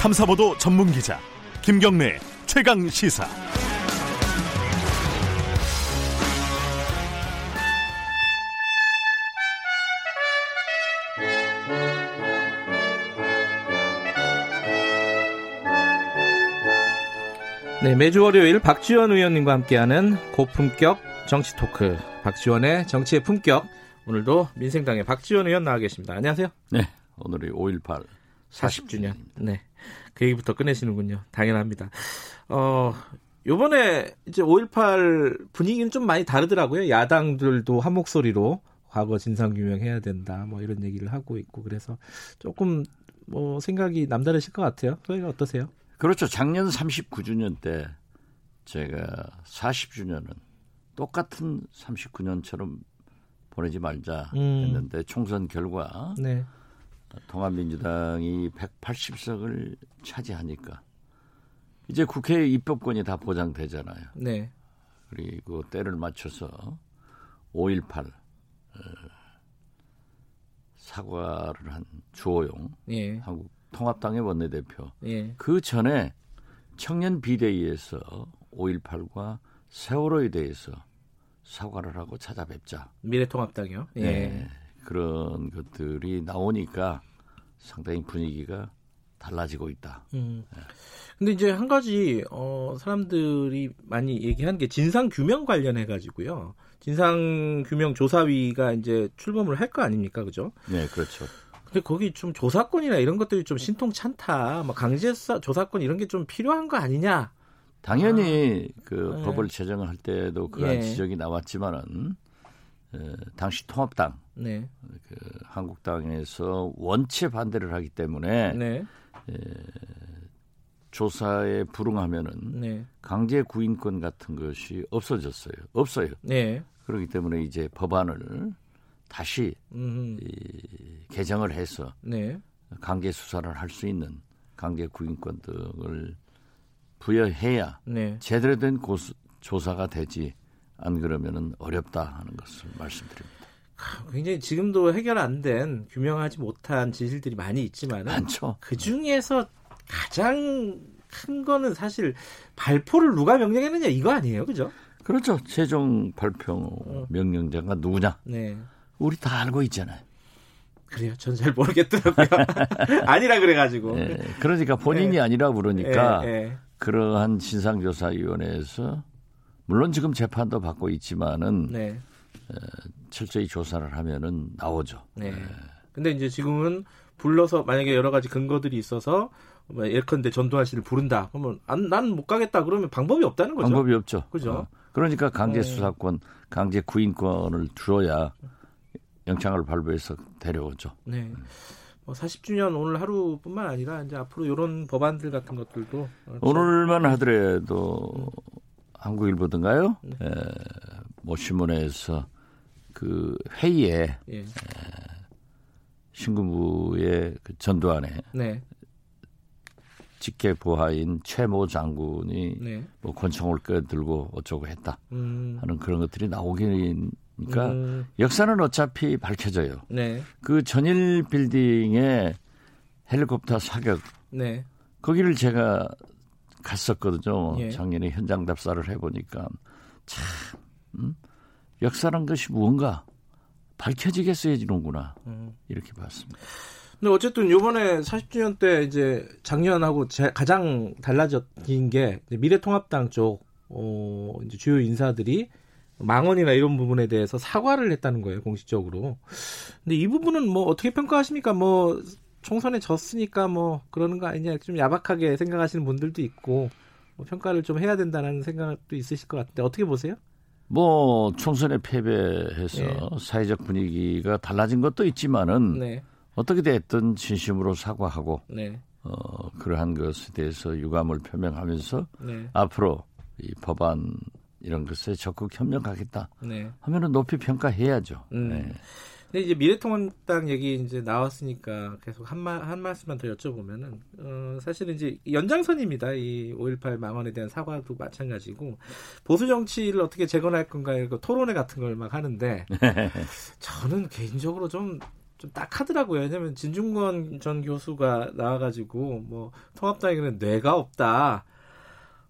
탐사보도 전문 기자 김경래 최강 시사. 네, 매주 월요일 박지원 의원님과 함께하는 고품격 정치 토크. 박지원의 정치의 품격. 오늘도 민생당의 박지원 의원 나와 계십니다. 안녕하세요. 네, 오늘이 5.18 40주년. 네. 그 얘기부터 꺼내시는군요. 당연합니다. 어, 요번에 이제 5.18 분위기는 좀 많이 다르더라고요. 야당들도 한 목소리로 과거 진상규명해야 된다. 뭐 이런 얘기를 하고 있고. 그래서 조금 뭐 생각이 남다르실 것 같아요. 소희가 어떠세요? 그렇죠. 작년 39주년 때 제가 40주년은 똑같은 39년처럼 보내지 말자 음. 했는데 총선 결과 네. 통합민주당이 180석을 차지하니까 이제 국회 입법권이 다 보장되잖아요. 네. 그리고 때를 맞춰서 5.18 어, 사과를 한 주호영 예. 한국 통합당의 원내대표 예. 그 전에 청년 비대위에서 5.18과 세월호에 대해서 사과를 하고 찾아뵙자. 미래통합당이요. 예. 네, 그런 것들이 나오니까 상당히 분위기가 달라지고 있다. 음. 근데 이제 한 가지 어 사람들이 많이 얘기한 게 진상 규명 관련해 가지고요. 진상 규명 조사위가 이제 출범을 할 거 아닙니까, 그죠? 네, 그렇죠. 근데 거기 좀 조사권이나 이런 것들이 좀 신통찮다, 막 강제 수사- 조사권 이런 게 좀 필요한 거 아니냐? 당연히 그 네. 법을 제정을 할 때도 그러한 예. 지적이 나왔지만은 에, 당시 통합당 네, 그 한국당에서 원체 반대를 하기 때문에 네, 조사에 불응하면은 네, 강제 구인권 같은 것이 없어졌어요. 없어요. 네, 그렇기 때문에 이제 법안을 다시 음, 이, 개정을 해서 네, 강제 수사를 할 수 있는 강제 구인권 등을 부여해야 네. 제대로 된 고수, 조사가 되지 안 그러면은 어렵다 하는 것을 말씀드립니다. 굉장히 지금도 해결 안 된 규명하지 못한 진실들이 많이 있지만 은 많죠. 그 중에서 가장 큰 거는 사실 발포를 누가 명령했느냐 이거 아니에요, 그죠? 그렇죠. 최종 발표 명령자가 누구냐? 네, 우리 다 알고 있잖아요. 그래요. 전 잘 모르겠더라고요. 아니라 그래가지고. 예, 그러니까 본인이 예. 아니라 그러니까 예, 예. 그러한 진상조사위원회에서 물론 지금 재판도 받고 있지만은 네, 철저히 조사를 하면은 나오죠. 네. 근데 이제 지금은 불러서 만약에 여러 가지 근거들이 있어서 뭐 예컨대 전두환 씨를 부른다. 그러면 난 못 가겠다. 그러면 방법이 없다는 거죠. 방법이 없죠. 그죠? 어. 그러니까 강제 수사권, 강제 구인권을 주어야 영장을 발부해서 데려오죠. 네. 뭐 40주년 오늘 하루뿐만 아니라 이제 앞으로 이런 법안들 같은 것들도 어, 오늘만 하더라도 한국일보든가요? 에, 뭐 신문에서 그 회의에 예. 신군부의 그 전두환의 네, 직계 부하인 최모 장군이 네. 뭐 권총을 껴들고 어쩌고 했다 음, 하는 그런 것들이 나오기니까 음, 역사는 어차피 밝혀져요. 네, 그 전일 빌딩에 헬리콥터 사격 네. 거기를 제가 갔었거든요. 예. 작년에 현장 답사를 해보니까 참 음, 역사란 것이 무언가 밝혀지게 쓰여지는구나 음. 이렇게 봤습니다. 근데 어쨌든 요번에 40주년 때 이제 작년하고 제 가장 달라진 게 이제 미래통합당 쪽 어, 이제 주요 인사들이 망언이나 이런 부분에 대해서 사과를 했다는 거예요 공식적으로. 근데 이 부분은 뭐 어떻게 평가하십니까? 뭐 총선에 졌으니까 뭐 그러는 거 아니냐 좀 야박하게 생각하시는 분들도 있고 뭐 평가를 좀 해야 된다는 생각도 있으실 것 같은데 어떻게 보세요? 뭐 총선에 패배해서 예. 사회적 분위기가 달라진 것도 있지만은 네, 어떻게 됐든 진심으로 사과하고 네, 어, 그러한 것에 대해서 유감을 표명하면서 네, 앞으로 이 법안 이런 것에 적극 협력하겠다 네. 하면은 높이 평가해야죠. 음. 네. 근데 이제 미래통합당 얘기 이제 나왔으니까 계속 한, 마, 한 말씀만 더 여쭤보면은 어, 사실은 이제 연장선입니다. 이 5.18 망언에 대한 사과도 마찬가지고 보수 정치를 어떻게 그 재건할 건가 이거 토론회 같은 걸 막 하는데 저는 개인적으로 좀 좀 딱하더라고요. 왜냐면 진중권 전 교수가 나와가지고 뭐 통합당에는 뇌가 없다.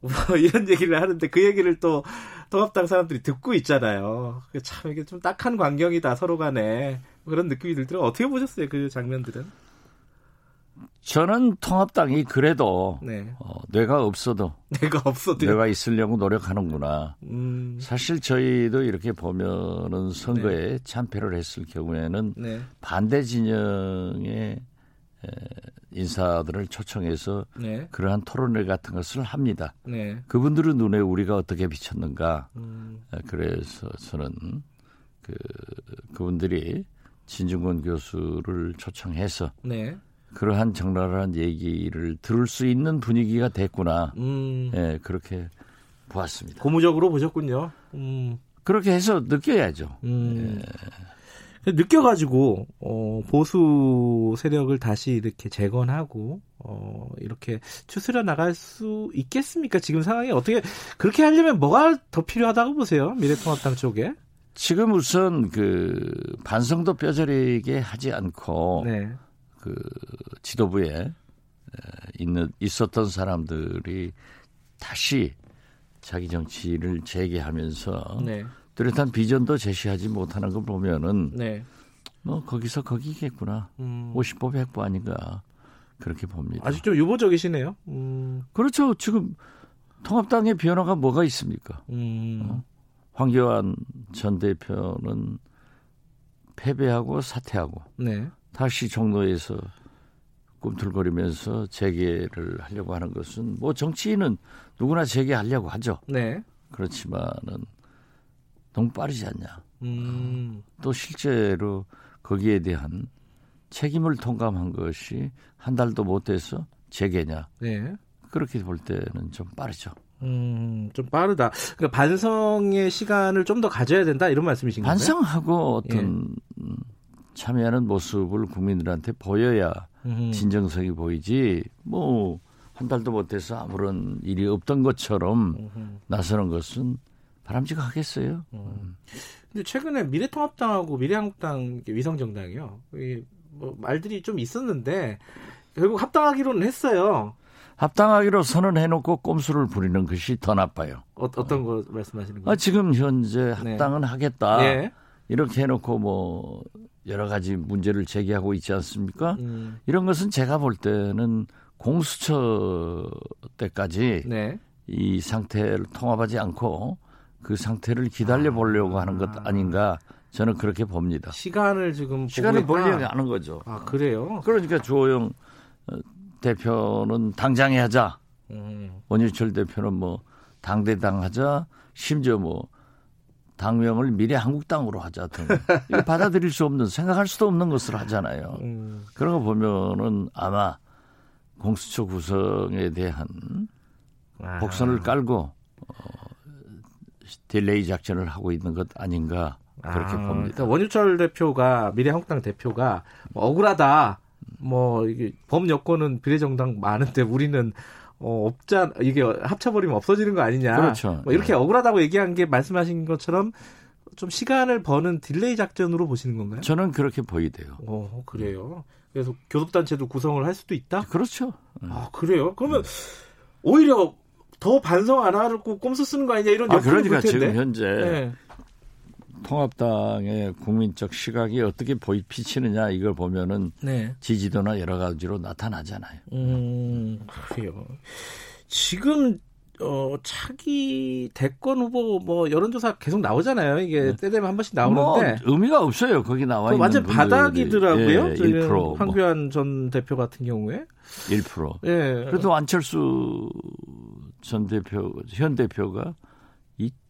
뭐 이런 얘기를 하는데 그 얘기를 또 통합당 사람들이 듣고 있잖아요. 그참 이게 좀 딱한 광경이다 서로 간에 그런 느낌이 들더라고. 어떻게 보셨어요 그 장면들은? 저는 통합당이 그래도 네, 어, 뇌가 없어도 내가 없어도 뇌가 있으려고 노력하는구나. 음, 사실 저희도 이렇게 보면은 선거에 참패를 했을 경우에는 네, 반대 진영의 에, 인사들을 초청해서 네, 그러한 토론회 같은 것을 합니다. 네, 그분들의 눈에 우리가 어떻게 비쳤는가. 음, 에, 아, 그래서 저는 그 그분들이 진중권 교수를 초청해서 네, 그러한 적나라한 얘기를 들을 수 있는 분위기가 됐구나. 음, 예, 그렇게 보았습니다. 고무적으로 보셨군요. 음, 그렇게 해서 느껴야죠. 음. 네. 느껴가지고 어, 보수 세력을 다시 이렇게 재건하고 어, 이렇게 추스려 나갈 수 있겠습니까? 지금 상황이 어떻게 그렇게 하려면 뭐가 더 필요하다고 보세요? 미래통합당 쪽에? 지금 우선 그 반성도 뼈저리게 하지 않고 네, 그 지도부에 에, 있는 있었던 사람들이 다시 자기 정치를 재개하면서 네, 뚜렷한 비전도 제시하지 못하는 걸 보면은 네. 뭐 거기서 거기겠구나. 음, 50보 100보 아닌가 그렇게 봅니다. 아직 좀 유보적이시네요. 음, 그렇죠. 지금 통합당의 변화가 뭐가 있습니까? 어? 음, 황교안 전 대표는 패배하고 사퇴하고 네, 다시 종로에서 꿈틀거리면서 재개를 하려고 하는 것은 뭐 정치인은 누구나 재개하려고 하죠. 네. 그렇지만은 너무 빠르지 않냐. 음, 또 실제로 거기에 대한 책임을 통감한 것이 한 달도 못 돼서 재개냐. 네. 그렇게 볼 때는 좀 빠르죠. 음, 좀 빠르다. 그러니까 반성의 시간을 좀 더 가져야 된다 이런 말씀이신 가요 반성하고 어떤 예. 음, 참여하는 모습을 국민들한테 보여야 음, 진정성이 보이지 뭐 한 달도 못해서 아무런 일이 없던 것처럼 음. 나서는 것은 바람직하겠어요. 근데 최근에 미래통합당하고 미래한국당 이게 위성정당이요. 이게 뭐 말들이 좀 있었는데 결국 합당하기로는 했어요. 합당하기로 선언해놓고 꼼수를 부리는 것이 더 나빠요. 어, 떤거 말씀하시는 아, 거예요? 지금 현재 합당은 하겠다 음. 예. 이렇게 해놓고 뭐 여러 가지 문제를 제기하고 있지 않습니까? 음, 이런 것은 제가 볼 때는 공수처 때까지 네. 이 상태를 통합하지 않고 그 상태를 기다려 보려고 하는 것 아닌가 저는 그렇게 봅니다. 시간을 지금 시간을 보고 있다. 벌려고 하는 거죠. 아 그래요. 그러니까 주호영 어, 대표는 당장에 하자. 음, 원유철 대표는 뭐 당대당 하자. 심지어 뭐 당명을 미래 한국당으로 하자 등 이거 받아들일 수 없는 생각할 수도 없는 것을 하잖아요. 음, 그런 거 보면은 아마 공수처 구성에 대한 아, 복선을 깔고 어, 딜레이 작전을 하고 있는 것 아닌가 그렇게 아, 봅니다. 그러니까 원유철 대표가 미래한국당 대표가 뭐 억울하다. 뭐 이게 범 여권은 비례정당 많은데 우리는 어 없자 이게 합쳐버리면 없어지는 거 아니냐. 그렇죠. 뭐 이렇게 억울하다고 얘기한 게 말씀하신 것처럼 좀 시간을 버는 딜레이 작전으로 보시는 건가요? 저는 그렇게 보이대요. 어 그래요. 그래서 교섭단체도 구성을 할 수도 있다. 그렇죠. 아 그래요? 그러면 네. 오히려 더 반성 안 하고 꼼수 쓰는 거 아니냐 이런 아, 역설이 그러니까 볼 텐데. 지금 현재 네. 통합당의 국민적 시각이 어떻게 보이 비치느냐 이걸 보면은 네. 지지도나 여러 가지로 나타나잖아요. 음, 그래요. 지금 어 차기 대권 후보 뭐 여론조사 계속 나오잖아요. 이게 때 되면 한 번씩 나오는데 네. 뭐 의미가 없어요. 거기 나와 그 있는 완전 분들이. 바닥이더라고요. 예, 저희는 1% 뭐, 황교안 전 대표 같은 경우에 1%. 예, 그래도 안철수 전 대표 현 대표가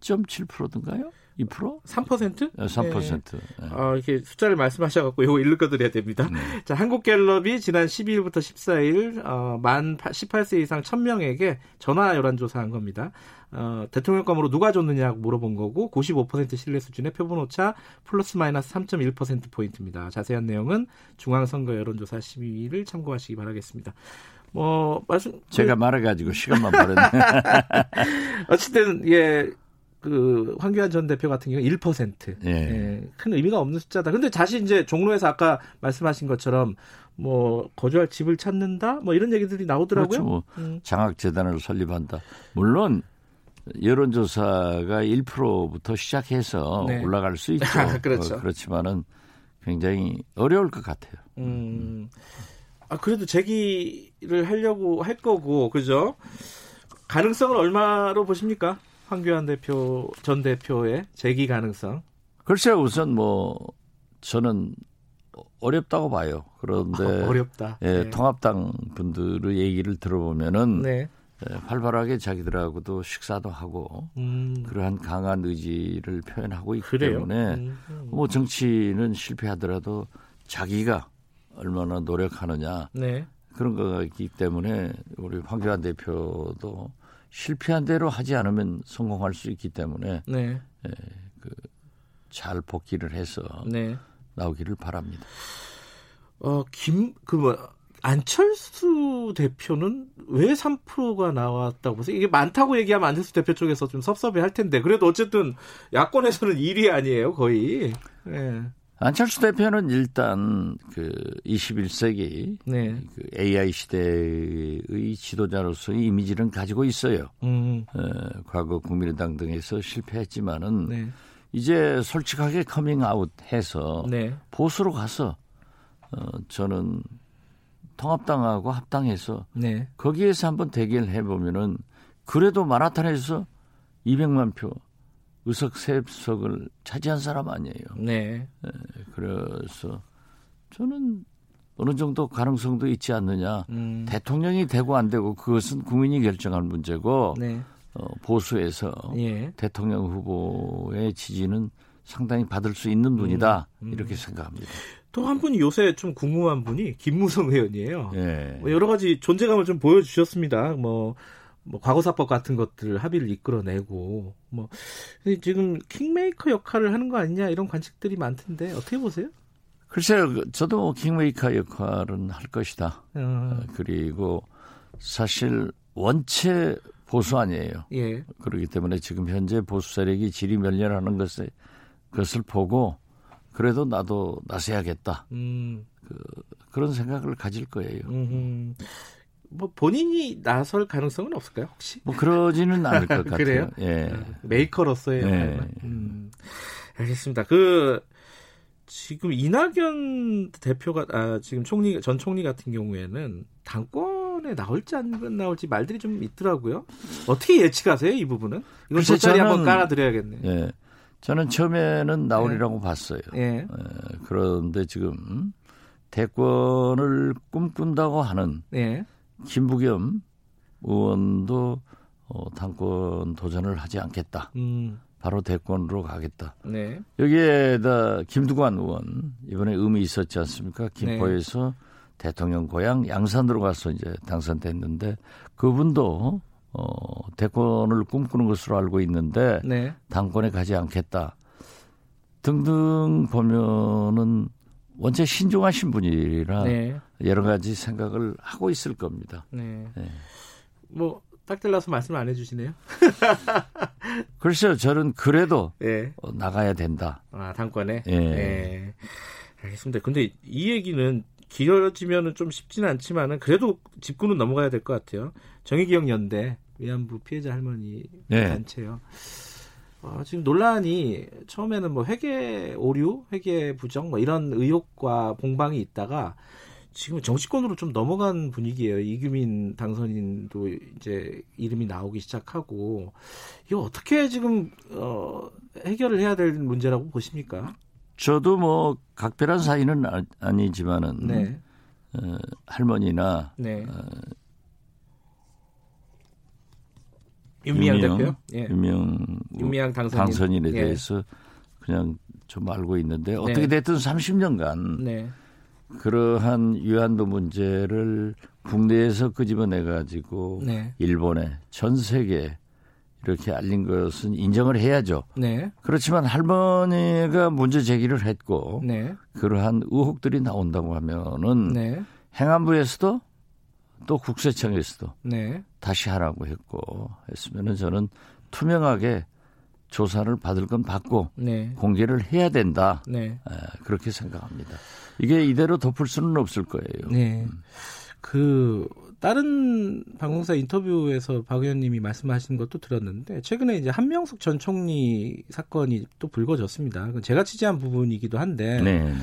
2.7%든가요? 2%? 3%? 예, 3%. 예. 아, 이렇게 숫자를 말씀하셔갖고 이거 읽어드려야 됩니다. 자, 한국갤럽이 지난 12일부터 14일 어, 만 18세 이상 1000명에게 전화 여론 조사한 겁니다. 어, 대통령감으로 누가 줬느냐고 물어본 거고 95% 신뢰 수준의 표본 오차 플러스 마이너스 3.1% 포인트입니다. 자세한 내용은 중앙선거 여론조사 12위를 참고하시기 바라겠습니다. 뭐 말씀 그 제가 말해가지고 시간만 버렸네. 어쨌든 예. 그 그 황교안 전 대표 같은 경우 1%. 예. 예, 큰 의미가 없는 숫자다. 근데 다시 이제 종로에서 아까 말씀하신 것처럼 뭐 거주할 집을 찾는다, 뭐 이런 얘기들이 그렇죠. 나오더라고요. 뭐 음. 장학 재단을 설립한다. 물론 여론조사가 1%부터 시작해서 네. 올라갈 수 있죠. 그렇죠. 어, 그렇지만은 굉장히 어려울 것 같아요. 음. 아 그래도 제기를 하려고 할 거고 그죠? 가능성을 얼마로 보십니까? 황교안 대표 전 대표의 제기 가능성. 글쎄 우선 뭐 저는 어렵다고 봐요. 그런데 어렵다. 아, 예, 네. 통합당 분들의 얘기를 들어보면은 네. 예, 활발하게 자기들하고도 식사도 하고 음. 그러한 강한 의지를 표현하고 있기 그래요. 때문에 음, 음. 뭐 정치는 실패하더라도 자기가 얼마나 노력하느냐 네. 그런 거기 때문에 우리 황교안 대표도 실패한 대로 하지 않으면 성공할 수 있기 때문에 네. 잘 복귀를 해서 네. 나오기를 바랍니다. 어, 김, 그, 뭐, 안철수 대표는 왜 3%가 나왔다고 보세요? 이게 많다고 얘기하면 안철수 대표 쪽에서 좀 섭섭해 할 텐데, 그래도 어쨌든 야권에서는 1위 아니에요, 거의. 네. 안철수 대표는 일단 그 21세기 네. 그 AI 시대의 지도자로서의 이미지는 가지고 있어요. 음, 어, 과거 국민의당 등에서 실패했지만은 네. 이제 솔직하게 커밍아웃해서 네. 보수로 가서 어, 저는 통합당하고 합당해서 네. 거기에서 한번 대결을 해보면은 그래도 마라탄에서 200만 표 의석 세석을 차지한 사람 아니에요. 네. 예, 그래서 저는 어느 정도 가능성도 있지 않느냐. 음, 대통령이 되고 안 되고 그것은 국민이 결정할 문제고 네. 어, 보수에서 예. 대통령 후보의 지지는 상당히 받을 수 있는 음. 분이다 이렇게 생각합니다. 또 한 분이 요새 좀 궁금한 분이 김무성 의원이에요. 예. 뭐 여러 가지 존재감을 좀 보여주셨습니다. 뭐, 뭐 과거사법 같은 것들 합의를 이끌어내고 뭐 근데 지금 킹메이커 역할을 하는 거 아니냐 이런 관측들이 많던데 어떻게 보세요? 글쎄요, 그, 저도 뭐 킹메이커 역할은 할 것이다. 어, 그리고 사실 원체 보수 아니에요. 예, 그렇기 때문에 지금 현재 보수 세력이 질이 멸렬하는 것에 그것을 보고 그래도 나도 나서야겠다 음, 그런 생각을 가질 거예요. 음, 뭐 본인이 나설 가능성은 없을까요 혹시? 뭐 그러지는 않을 것 같아요. 그래요? 예. 메이커로서의 네. 역할만? 음, 알겠습니다. 그 지금 이낙연 대표가 아, 지금 총리 전 총리 같은 경우에는 당권에 나올지 안 나올지 말들이 좀 있더라고요. 어떻게 예측하세요 이 부분은? 이건 글쎄, 돗자리 저는- 한번 깔아드려야겠네요. 예. 저는 처음에는 나오리라고 봤어요. 예, 예, 그런데 지금 대권을 꿈꾼다고 하는 예, 김부겸 의원도 어, 당권 도전을 하지 않겠다. 음, 바로 대권으로 가겠다. 네, 여기에다 김두관 의원 이번에 의미 있었지 않습니까? 김포에서 네. 대통령 고향 양산으로 가서 이제 당선됐는데 그분도 어, 대권을 꿈꾸는 것으로 알고 있는데 네, 당권에 가지 않겠다 등등 보면은 원체 신중하신 분이라 네, 여러 가지 생각을 하고 있을 겁니다. 네. 네. 뭐딱 잘라서 말씀 안 해주시네요. 글쎄요, 저는 그래도 예, 어, 나가야 된다. 아 당권에. 예. 예. 알겠습니다. 근데 이 얘기는 길어지면은 좀 쉽지는 않지만은 그래도 짚고는 넘어가야 될 것 같아요. 정의기억 연대 위안부 피해자 할머니 네. 단체요. 어, 지금 논란이 처음에는 뭐 회계 오류, 회계 부정 뭐 이런 의혹과 공방이 있다가 지금 정치권으로 좀 넘어간 분위기예요. 이규민 당선인도 이제 이름이 나오기 시작하고 이거 어떻게 지금 어, 해결을 해야 될 문제라고 보십니까? 저도 뭐 각별한 사이는 아- 아니지만은 네, 어, 할머니나 네. 아. 윤미향 윤미향 대표요? 예. 유명 윤미향 당선인. 음, 뭐 당선인에 예. 대해서 그냥 좀 알고 있는데 네. 어떻게 됐든 30년간 네. 그러한 위안도 문제를 국내에서 끄집어내 가지고 네. 일본에 전 세계 이렇게 알린 것은 인정을 해야죠. 네. 그렇지만 할머니가 문제 제기를 했고 네. 그러한 의혹들이 나온다고 하면은 네. 행안부에서도 또 국세청에서도 네. 다시 하라고 했고 했으면은 저는 투명하게 조사를 받을 건 받고 네. 공개를 해야 된다. 네. 에, 그렇게 생각합니다. 이게 이대로 덮을 수는 없을 거예요. 네. 그 다른 방송사 인터뷰에서 박 의원님이 말씀하신 것도 들었는데 최근에 이제 한명숙 전 총리 사건이 또 불거졌습니다. 그건 제가 취재한 부분이기도 한데 네.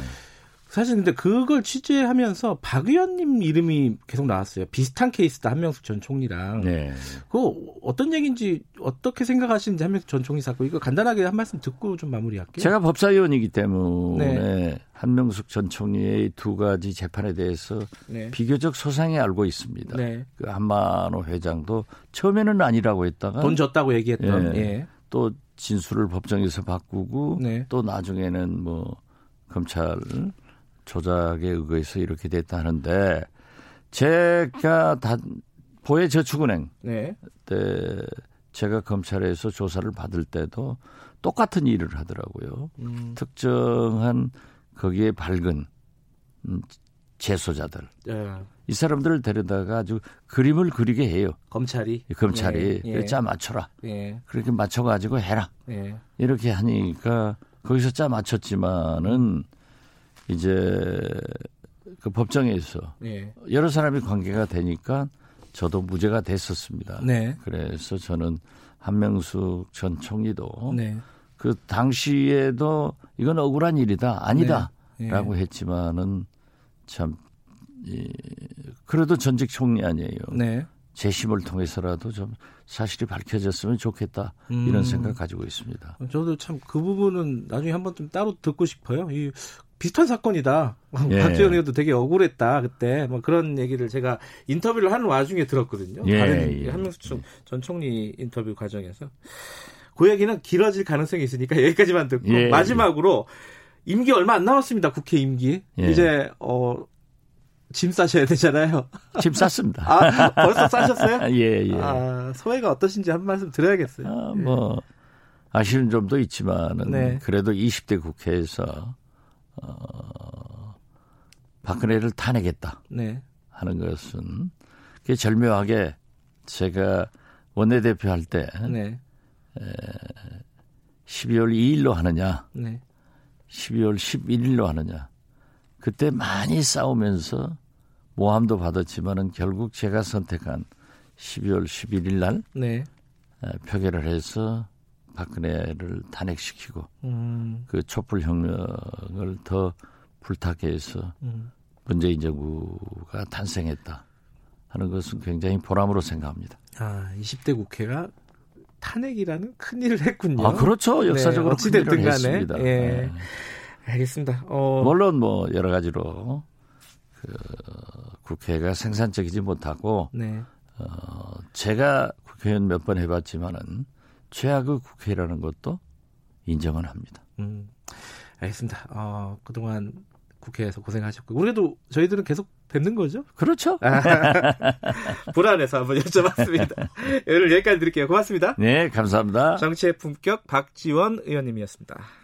사실 근데 그걸 취재하면서 박 의원님 이름이 계속 나왔어요. 비슷한 케이스다 한명숙 전 총리랑. 네. 그거 어떤 얘기인지 어떻게 생각하시는지 한명숙 전 총리 사건 이거 간단하게 한 말씀 듣고 좀 마무리할게요. 제가 법사위원이기 때문에 네. 한명숙 전 총리의 두 가지 재판에 대해서 네. 비교적 소상히 알고 있습니다. 네. 그 한만호 회장도 처음에는 아니라고 했다가 돈 줬다고 얘기했던 예. 예. 또 진술을 법정에서 바꾸고 네. 또 나중에는 뭐 검찰 조작에 의거해서 이렇게 됐다 하는데 제가 단 보혜저축은행 네. 때 제가 검찰에서 조사를 받을 때도 똑같은 일을 하더라고요. 음, 특정한 거기에 밝은 음, 재소자들 예. 이 사람들을 데려다가 아주 그림을 그리게 해요. 검찰이 이 검찰이 예, 예. 그래, 짜 맞춰라 예. 그렇게 맞춰가지고 해라 예. 이렇게 하니까 거기서 짜 맞췄지만은 이제 그 법정에서 예. 여러 사람이 관계가 되니까 저도 무죄가 됐었습니다. 네. 그래서 저는 한명숙 전 총리도 네. 그 당시에도 이건 억울한 일이다 아니다라고 예. 했지만은 참 이, 그래도 전직 총리 아니에요. 네. 재심을 통해서라도 좀 사실이 밝혀졌으면 좋겠다 음. 이런 생각 가지고 있습니다. 저도 참 그 부분은 나중에 한번 좀 따로 듣고 싶어요. 이 비슷한 사건이다. 예. 박지원 의원도 되게 억울했다 그때 뭐 그런 얘기를 제가 인터뷰를 하는 와중에 들었거든요. 예, 다른 예. 한명숙 전- 전 총리 인터뷰 과정에서 그 얘기는 길어질 가능성이 있으니까 여기까지만 듣고 예, 마지막으로 임기 얼마 안 남았습니다. 국회 임기 예. 이제 어짐 싸셔야 되잖아요. 집 쌌습니다. 아 벌써 싸셨어요? 예예. 아 소회가 어떠신지 한 말씀 드려야겠어요. 아, 뭐 아쉬운 점도 있지만은 네. 그래도 20대 국회에서 어, 박근혜를 탄핵했다 네. 하는 것은 그게 절묘하게 제가 원내대표 할 때 네. 12월 2일로 하느냐 네. 12월 11일로 하느냐 그때 많이 싸우면서 모함도 받았지만은 결국 제가 선택한 12월 11일 날 네. 에, 표결을 해서 박근혜를 탄핵시키고 음. 그 촛불혁명을 더 불타게해서 음. 문재인 정부가 탄생했다 하는 것은 굉장히 보람으로 생각합니다. 아, 20대 국회가 탄핵이라는 큰 일을 했군요. 아 그렇죠 역사적으로 네, 큰 일을 어찌됐든 간에, 했습니다. 예. 예. 알겠습니다. 어, 물론 뭐 여러 가지로 그 국회가 생산적이지 못하고 네. 어, 제가 국회의원 몇 번 해봤지만은 최악의 국회라는 것도 인정은 합니다. 음. 알겠습니다. 어, 그동안 국회에서 고생하셨고 우리도 저희들은 계속 뵙는 거죠? 그렇죠? 아. 불안해서 한번 여쭤봤습니다. 오늘 여기까지 드릴게요. 고맙습니다. 네 감사합니다. 정치의 품격 박지원 의원님이었습니다.